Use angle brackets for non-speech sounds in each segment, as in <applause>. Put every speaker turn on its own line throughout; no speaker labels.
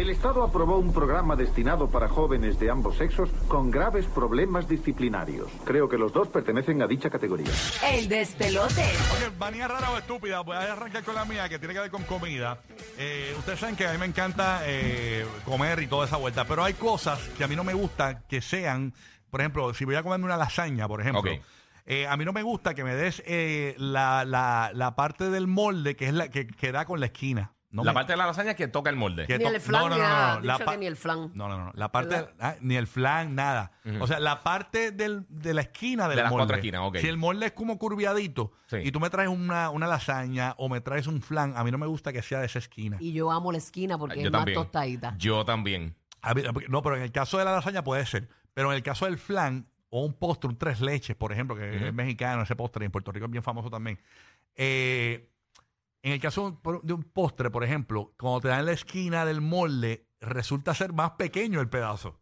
Estado aprobó un programa destinado para jóvenes de ambos sexos con graves problemas disciplinarios. Creo que los dos pertenecen a dicha categoría.
El despelote.
Ok, manía rara o estúpida, voy a arrancar con la mía que tiene que ver con comida. Eh, ustedes saben que a mí me encanta eh, comer y toda esa vuelta, pero hay cosas que a mí no me gustan que sean, por ejemplo, si voy a comerme una lasaña, por ejemplo.
Ok.
eh, a mí no me gusta que me des eh, la, la- la parte del molde que es la que, que da con la esquina. No
la
me-
parte de la lasaña es que toca el molde.
que
Ni el
to-
flan, ni nada. Dicho
La
que
pa-
ni el flan.
No, no, no. La parte,
¿Verdad?
ah, ni el flan, nada. O sea, la parte del- de la esquina del
De las
molde.
cuatro esquinas, ok.
Si el molde es como curviadito
Sí.
y tú me traes una, una lasaña o me traes un flan, a mí no me gusta que sea de esa esquina.
Y yo amo la
Ah,
esquina porque es más tostadita.
Yo también.
A mí- no, pero en el caso de la lasaña puede ser. Pero en el caso del flan o un postre, un tres leches, por ejemplo, que es mexicano, ese postre en Puerto Rico es bien famoso también. Eh, en el caso de un- por- de un postre, por ejemplo, cuando te dan la esquina del molde, resulta ser más pequeño el pedazo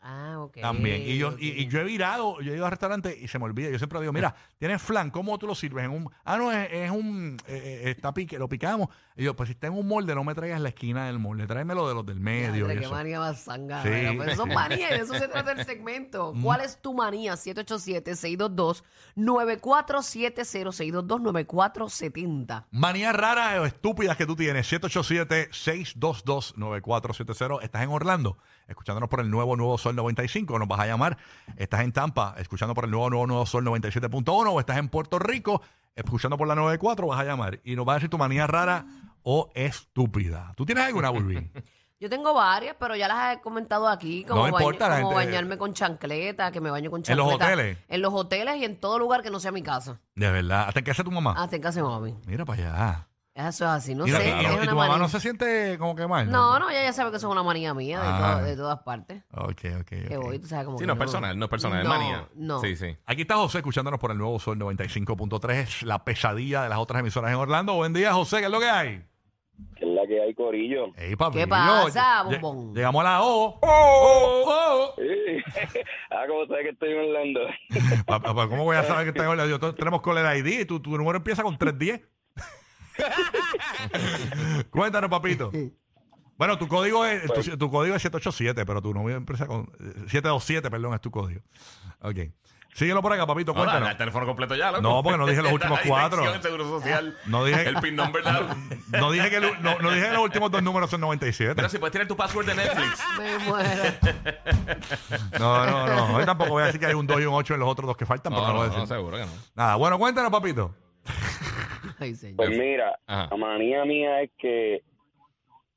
Ah, ok.
también. Y yo, y,
ok.
y yo he virado, yo he ido al restaurante y se me olvida. Yo siempre digo,
<laughs>
mira, tienes flan, ¿cómo tú lo sirves? En un, ah, no, es, es un, eh, eh, está pique, lo picamos. Y yo, pues si está en un molde, no me traigas la esquina del molde, tráemelo de los del medio.
Diadre,
y
qué
eso.
manía más zangada,
Sí. Mm.
¿verdad? Pero son manías, de eso se trata
<laughs>
el segmento. ¿Cuál es tu manía? 787-622-9470-622-9470.
Manías raras o estúpidas que tú tienes. 787-622-9470. Estás en Orlando, escuchándonos por el nuevo Nuevo Sol 95. Nos vas a llamar. Estás en Tampa, escuchando por el nuevo Nuevo Nuevo Sol 97.1. O estás en Puerto Rico, escuchando por la 94. Vas a llamar y nos vas a decir tu manía rara o estúpida. ¿Tú tienes alguna, Bulbín?
Yo tengo varias, pero ya las he comentado aquí, como,
No importa, la
baño- como
gente-
bañarme con chancleta, que me baño con
¿En los
chancleta.
hoteles?
En los hoteles y en todo lugar que no sea mi casa.
De verdad. ¿Hasta qué hace tu mamá?
Hasta en casa de mami.
Mira para allá.
Eso es así, Ah. no
Mira,
sé.
y- y-
es
y,
una
tu mamá
manía.
no se siente como que mal.
No, no, ella ya sabe que eso es una manía mía de,
Ah.
to- de todas partes.
Ok, ok.
Que
ok.
voy, tú sabes como
Sí,
que
no es
yo-
personal, no es personal,
No,
es manía.
No.
Sí, sí.
Aquí está José escuchándonos por el nuevo Sol 95.3, la pesadilla de las otras emisoras en Orlando. Buen día, José, ¿qué es lo que hay?
Que es la que hay, Corillo.
Ey, papi,
¿Qué pasa,
yo- lle-
bombón?
Llegamos a la O. <laughs>
Sí. <laughs> ah, como sabes que estoy en Orlando.
Pa- pa- pa- ¿Cómo voy a saber que tengo Yo to- tenemos Caller ID y tu, tu número empieza con 310. <laughs> Cuéntanos, papito. Bueno, tu código es tu,
Pues-
tu código es 787, pero tu número empieza con eh, 727, perdón, es tu código. Ok. Síguelo por acá, papito,
Ahora,
cuéntanos.
da el teléfono completo ya, loco.
No, porque no dije los últimos
<laughs> La
cuatro.
dirección, el seguro social.
No dije-
El pin number,
<laughs>
la-
No dije que el- no, no dije que los últimos dos números son 97.
Pero si puedes tirar tu password de Netflix.
Me muero. <laughs>
No, no, no. Hoy tampoco voy a decir que hay un 2 y un 8 en los otros dos que faltan, pero <laughs> no, lo voy a decir.
seguro que no.
Nada, bueno, cuéntanos, papito.
Ay, señor.
Pues mira,
Ajá.
la manía mía es que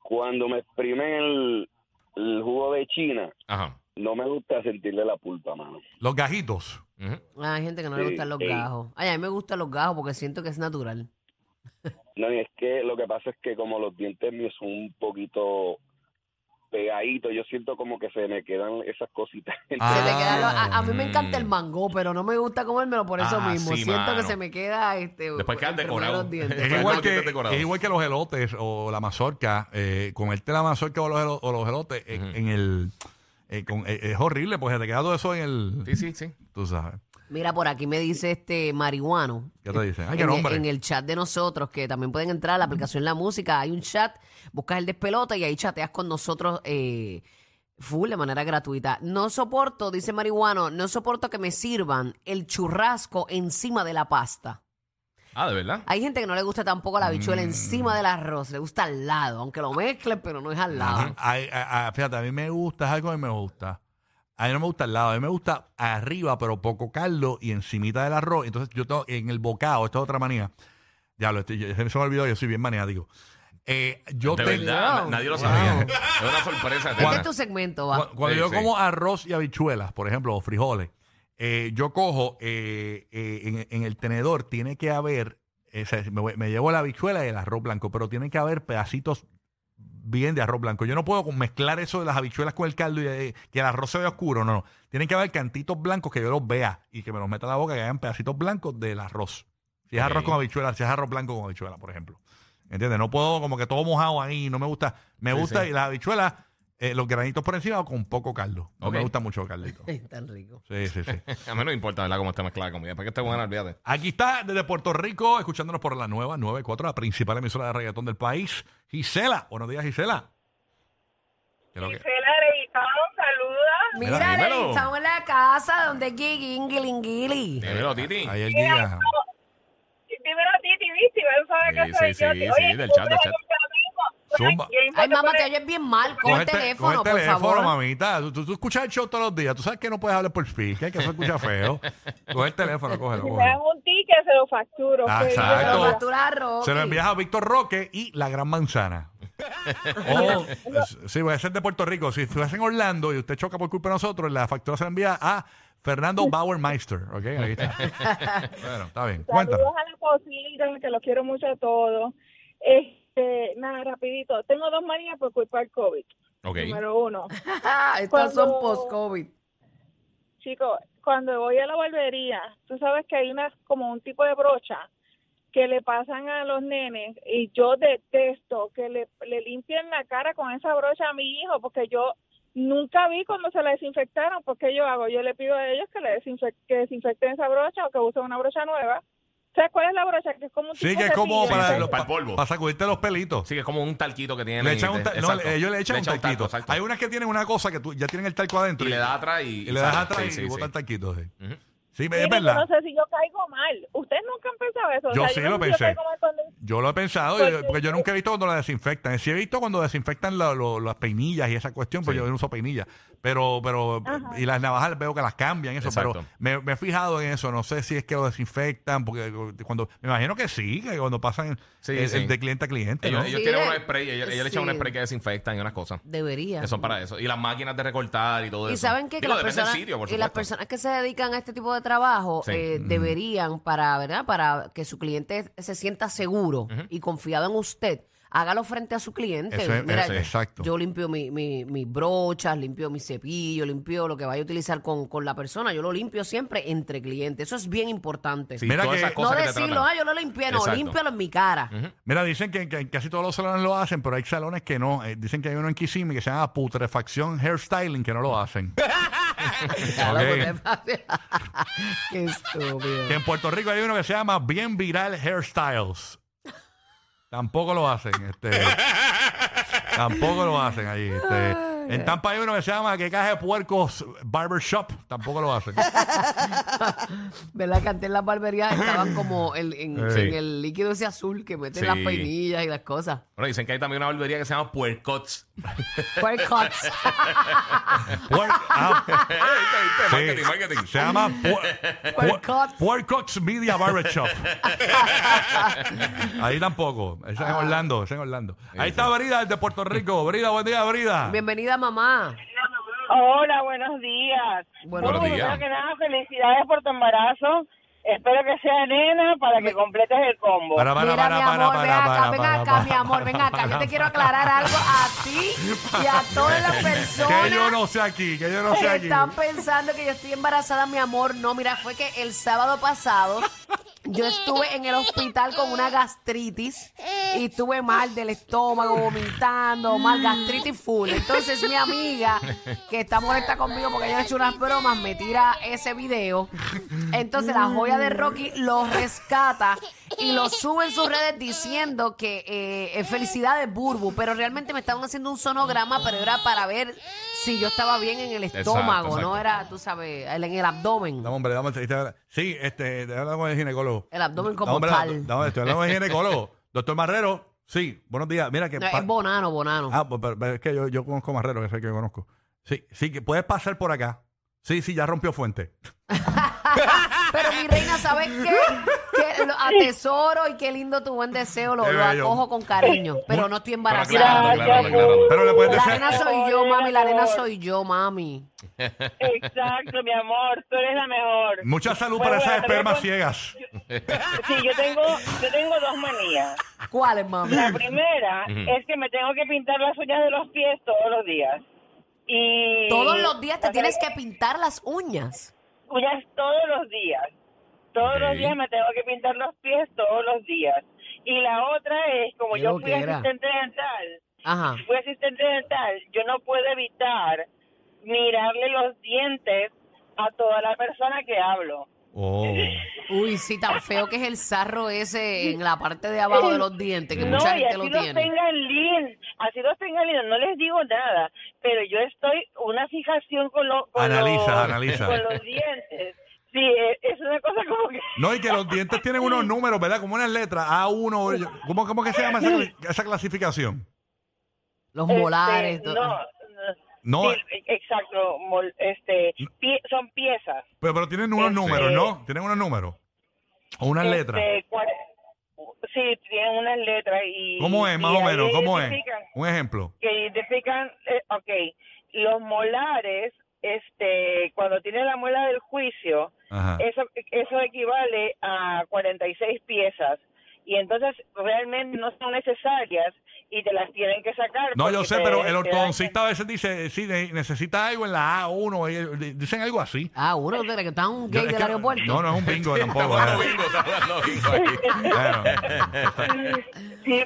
cuando me exprimen el, el jugo de China,
Ajá.
no me gusta sentirle la pulpa, mano.
Los gajitos.
Ujú.
Ah, Hay gente que no le
Sí,
gustan los
sí.
gajos. Ay, a mí me gustan los gajos porque siento que es natural.
No, y es que lo que pasa es que como los dientes míos son un poquito pegaditos, yo siento como que se me quedan esas cositas. <laughs>
Ah.
Se te queda lo- a, a mí me
Mm.
encanta el mango, pero no me gusta comérmelo por eso
Ah,
mismo.
sí,
siento que
mano.
se me queda este
Después quedan
entre medio de
decorados.
los dientes.
Es
<laughs> Los
igual,
gajitos
que,
decorados.
es igual que los elotes o la mazorca. Eh, comerte la mazorca o los, elo- o los elotes eh,
Ujú.
en el. eh, con- eh, es horrible, porque te queda todo eso en el.
Sí, sí, sí.
Tú sabes.
Mira, por aquí me dice este marihuano.
¿Qué te dice? Ay, qué
en, el-
nombre.
en el chat de nosotros, que también pueden entrar a la aplicación La Música, hay un chat, buscas el despelota y ahí chateas con nosotros eh, full de manera gratuita. No soporto, dice marihuano, no soporto que me sirvan el churrasco encima de la pasta.
Ah, de verdad.
Hay gente que no le gusta tampoco la bichuela encima del arroz, le gusta al lado, aunque lo mezclen, pero no es al lado.
Ay, a- a- fíjate, a mí me gusta, es algo que me gusta. A mí no me gusta al lado, a mí me gusta arriba, pero poco caldo y encimita del arroz. Entonces yo tengo en el bocado, esta es otra manía. Ya lo estoy, ya se me olvidó, yo soy bien maniático. Eh, yo
De
te-
verdad.
Wow.
Nadie lo
Wow.
sabía. Es
<laughs>
una sorpresa.
Este es
Juana.
tu segmento,
Cu-
va.
Cuando,
Sí,
yo
sí.
como arroz y habichuelas, por ejemplo, o frijoles, eh, yo cojo eh, eh, en, en el tenedor, tiene que haber, eh, o sea, me, voy- me llevo la habichuela y el arroz blanco, pero tiene que haber pedacitos bien de arroz blanco. Yo no puedo con- mezclar eso de las habichuelas con el caldo y eh, que el arroz se vea oscuro, no, no. Tienen que haber cantitos blancos que yo los vea y que me los meta a la boca, que hagan pedacitos blancos del arroz. Si es
Ok.
arroz con habichuela, si es arroz blanco con habichuela, por ejemplo. ¿Entiendes? No puedo como que todo mojado ahí, no me gusta. Me
Sí,
gusta
sí.
y las habichuelas, eh, los granitos por encima o con poco caldo. No
Ok.
me gusta mucho
<laughs>
el caldito.
Tan rico.
Sí,
<laughs>
sí, sí.
<laughs> A mí no me importa, ¿verdad? Cómo está mezclada la comida. Para que esté buena, olvídate.
Aquí está desde Puerto Rico, escuchándonos por la nueva 94, la principal emisora de reggaetón del país. Gisela, buenos días, Gisela. Que lo que-
Gisela Leitón, saluda.
Mira,
dímelo.
Ley, estamos en la casa donde Gigi, Ingilinguili.
Dímelo, Titi.
Ahí el guía.
Primero Titi, viste, y vas a saber
Sí,
que soy
sí,
yo.
sí,
Oye,
sí, del chat, del
escúchame
chat.
conmigo.
Zumba.
Ay,
Ay, mamá, te oyes bien mal. Coge el
coge
teléfono,
el
por
teléfono,
favor.
mamita. Tú, tú- tú escuchas el show todos los días. Tú sabes que no puedes hablar por speaker, que
<laughs>
eso escucha feo. Coge el teléfono, cógelo,
Si me dan
cógelo.
un ticket, se lo facturo.
Ah,
que
Pero
yo
exacto.
no lo-
factura a Rocky.
Se lo envías a Víctor Roque y la Gran Manzana. o, sí, voy a ser de Puerto Rico. Si estuviese en Orlando y usted choca por culpa de nosotros, la factura se la envía a Fernando Bauermeister. ¿Ok? Ahí está. bueno, está bien. Cuéntanos.
Saludos a la cosita, que los quiero mucho a todos. Este, nada, rapidito. Tengo dos manías por culpa del COVID.
Ok.
Número uno.
<laughs> Estos son
Cuando-
post-COVID.
Chicos, cuando voy a la barbería, tú sabes que hay una, como un tipo de brocha que le pasan a los nenes y yo detesto que le, le limpien la cara con esa brocha a mi hijo porque yo nunca vi cuando se la desinfectaron. porque yo hago? Yo le pido a ellos que le desinfec- que desinfecten esa brocha o que usen una brocha nueva. ¿Sabes cuál es la brocha? Que es como un
Sí,
tipo
que es como
cepillo,
para,
entonces-
sí, para el polvo.
para sacudirte los pelitos.
Sí, que es como un talquito que tienen.
Le echan un ta- no,
Exacto.
ellos le echan un
talco,
talquito.
exacto.
Hay unas que tienen una cosa que tú, ya tienen el talco adentro.
Y le das atrás y...
y le das
sale.
atrás
Sí,
y,
sí, sí.
botan talquitos. Sí,
Ujú.
Sí,
Mire,
es
yo
verdad.
no sé si yo caigo mal. Ustedes nunca han pensado eso. O
Yo
sea,
sí
no
lo
sé si
pensé.
caigo mal cuando-
Yo lo he pensado,
Porque-
yo- porque yo nunca he visto cuando la desinfectan. Sí he visto cuando desinfectan la- lo- las peinillas y esa cuestión, pero
Sí.
yo no uso peinillas. Pero, pero, y las navajas veo que las cambian, eso. Pero
Exacto.
me, me he fijado en eso, no sé si es que lo desinfectan, porque cuando, me imagino que sí, que cuando pasan
Sí,
el,
sí.
el de cliente a cliente,
Ellos,
¿no?
ellos
Sí,
tienen
eh.
un spray, ellos, ellos le echan un
Sí.
spray que desinfectan y unas cosas.
Debería.
Que son para eso. Y las máquinas de recortar y todo eso.
Y saben qué? que,
Digo,
las
depende del
personas,
sitio, por
y las
supuesto.
personas que se dedican a este tipo de trabajo
Sí.
eh, deberían para verdad para que su cliente se sienta seguro y confiado en usted. Hágalo frente a su cliente.
Eso es-
Mira,
eso es, exacto.
Yo limpio mi- mi- mis brochas, limpio mi cepillo, limpio lo que vaya a utilizar con, con la persona. Yo lo limpio siempre entre clientes. Eso es bien importante.
Sí,
Mira
todas
que-
esas
No
cosas que te
decirlo,
tratan.
ah, yo lo limpié, no,
Exacto.
límpialo en mi cara.
Mira, dicen que, que en casi todos los salones lo hacen, pero hay salones que no. Eh, dicen que hay uno en Kissimmee que se llama putrefacción hairstyling que no lo
<laughs>
hacen.
Ya lo
Ok.
boté. <laughs> Qué estúpido.
Que en Puerto Rico hay uno que se llama Bien Viral Hairstyles. Tampoco lo hacen. Este, tampoco lo hacen allí. este. En Tampa hay uno que se llama Que Caja de Puercos Barbershop. Tampoco lo hacen.
¿Verdad que antes las barberías estaban como el- en,
Sí.
en el líquido ese azul que meten
Sí.
las peinillas y las cosas?
Bueno, dicen que hay también una barbería que se llama Puercots. <laughs>
Puerc Cuts.
Puer- ah,
Eh, ¿viste,
sí.
viste? Marketing, marketing.
Se
<laughs>
llama Puer-
Puercots.
Puer- Puercots Media Barbershop. Ahí tampoco. Esa es en Orlando. esa es en Orlando. Ahí está Brida, el de Puerto Rico. Brida, buen día, Brida.
Bienvenida, mamá.
Hola, buenos días.
Buenos
No,
días.
primero que nada, felicidades por tu embarazo. Espero que sea nena para que completes el combo.
Para, para,
Mira,
para,
mi
para,
amor,
para,
ven acá,
para,
ven
para,
acá,
para,
mi amor, ven
para,
acá. Yo
para,
te quiero aclarar algo a ti y
<laughs>
a todas las personas.
Que yo no sé aquí, que yo no sé
que
aquí.
están pensando que yo estoy embarazada, mi amor. No, mira, fue que el sábado pasado yo estuve en el hospital con una gastritis y estuve mal del estómago, vomitando, mal gastritis full. Entonces mi amiga, que está molesta conmigo porque yo le he hecho unas bromas, me tira ese video. Entonces la joya de Rocky lo rescata y lo sube en sus redes diciendo que eh, eh, felicidades Burbu, pero realmente me estaban haciendo un sonograma, pero era para ver si yo estaba bien en el
Exacto,
estómago, no
exacto.
era, tú sabes, el- en el abdomen.
Dame, hombre, dame. este- este- Sí, este, te hablo con el ginecólogo.
El abdomen Eh, como
Dame, hombre,
tal.
Dame, estoy hablando con el ginecólogo.
<laughs>
Doctor Marrero, sí, buenos días. Mira que.
No,
pa-
es bonano, bonano.
ah, pues, pero- pero es que yo, yo conozco a Marrero, que es el que yo conozco. Sí, sí, que puedes pasar por acá. Sí, sí, ya rompió fuente.
Pero mi reina, ¿sabes qué? Que lo atesoro y qué lindo tu buen deseo, lo,
Qué
lo
bello.
acojo con cariño, pero no estoy
aclarando,
embarazada.
aclarando,
Gracias,
aclarando.
Gus.
Pero le puedes
La
decir.
nena soy yo, mami, la nena soy yo, mami.
Exacto, mi amor, tú eres la mejor.
Mucha salud
Bueno,
para
bueno,
esas
te voy a
espermas
con-
ciegas.
Sí, yo tengo, yo tengo dos manías.
¿Cuál es, mami?
La primera
Ujú.
es que me tengo que pintar las uñas de los pies todos los días. Y
Todos los días
o
te
sea,
tienes que pintar las uñas.
uñas todos los días. Todos
Ok.
los días me tengo que pintar los pies todos los días. Y la otra es, como
Qué
yo fui
loquera.
asistente dental,
Ajá.
fui asistente dental, yo no puedo evitar mirarle los dientes a toda la persona que hablo.
Oh.
Uy, sí, tan feo que es el sarro ese en la parte de abajo de los dientes, que
no,
mucha
y
gente
así
lo
los
tiene.
tengan lindos, así los tengan lindos, no les digo nada, pero yo estoy una fijación con, lo- con los,
Analiza, analiza.
con los dientes. Sí, eh, es una cosa como que...
No, y que los dientes tienen unos números, ¿verdad? Como unas letras. A1, yo- ¿cómo, cómo que se llama esa, cl- esa clasificación?
Los
este,
molares.
no,
to-
no,
No, eh. Mm.
sí, exacto, mol- este, pie- son piezas.
pero, pero tienen unos
este,
números, ¿no? Tienen unos números. O unas
Este,
letras.
cua- sí, tienen unas letras y...
¿Cómo es,
y
más o
ahí
menos? ¿Cómo es?
identifican.
Un ejemplo.
que identifican, eh, ok, los molares, este, cuando tiene la muela del juicio,
Ajá.
eso, eso equivale a 46 piezas. Y entonces realmente no son necesarias y te las tienen que sacar.
No, yo
porque
sé,
te-
pero
te
el
dan-
ortodoncista a veces dice, sí, ne- necesita algo en la A1, ellos di- eh, dicen algo así.
Ah, uno de los que está en un
Yo-
gay
es
del
que-
aeropuerto.
No, no es un bingo
<laughs>
tampoco.
Estamos
¿eh?
bingo, estamos bingo ahí.
Claro.
Sí,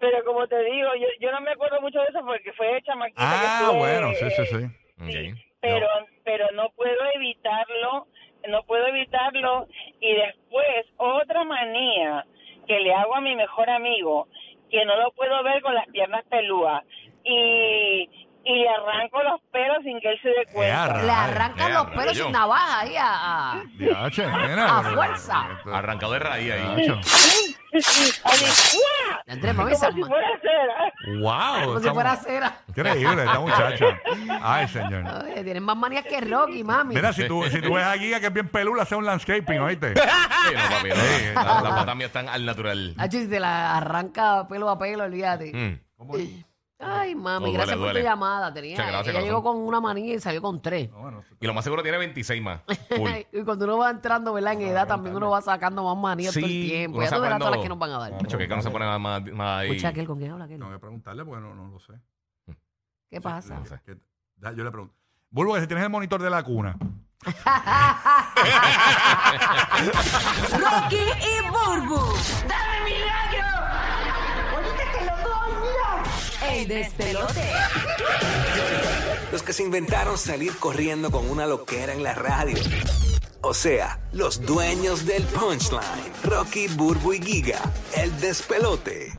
pero como te digo, yo, yo no me acuerdo mucho de eso porque fue de chamaquita. que
Ah,
estuve,
bueno, sí, sí,
eh,
sí.
Sí,
Ok.
pero pero no puedo evitarlo no puedo evitarlo y después otra manía que le hago a mi mejor amigo que no lo puedo ver con las piernas pelúas y y le arranco los pelos sin que él se dé <laughs> cuenta
arra-
Le arrancan
Ay,
los
mira,
pelos
yo.
sin navaja ahí a- a-
Diache, nena,
A
pero-
fuerza.
Arrancado de raíz ahí.
Diacho.
Así, ¡guau!
Entre mami, esa
como si
ma-
fuera cera
como
Wow.
si
estamos-
fuera cera.
Increíble esta muchacha. Ay, señor.
Oye, tienen más manías que Rocky, mami.
Mira, si tú, si tú ves a Giga que es bien pelula, hace un landscaping, ¿oíste?
Sí, no, papi, no.
Sí,
Las las patas mías están al natural.
Hacho, Ah, si te la arranca pelo a pelo, olvídate.
Mm.
¿Cómo es?
Ay, mami,
Oh, duele,
gracias por
duele.
tu llamada. Tenía,
Muchas gracias,
ella
corazón.
llegó con una manía y salió con tres.
No, bueno, sí.
Y lo más seguro tiene
<laughs>
26 más. Full.
Y cuando uno va entrando, ¿verdad? En edad también uno va sacando más manías
Sí,
todo el tiempo.
uno
Ya tú
sabe
verás todas
cuándo-
las que nos van a dar.
Macho, que no se pone más, más, más ahí.
Escucha aquel con quién habla aquel.
Tengo que preguntarle porque no, no lo sé.
¿Qué pasa?
Sí, que- da- Yo le pregunto. Bulbo, que si tienes el monitor de la cuna.
Rocky y Burbu. ¡Dame milagro! ¡Ahorita te lo doy, mira! ¡Ey, despelote!
Los que se inventaron salir corriendo con una loquera en la radio. O sea, los dueños del punchline. Rocky, Burbu y Giga. El despelote.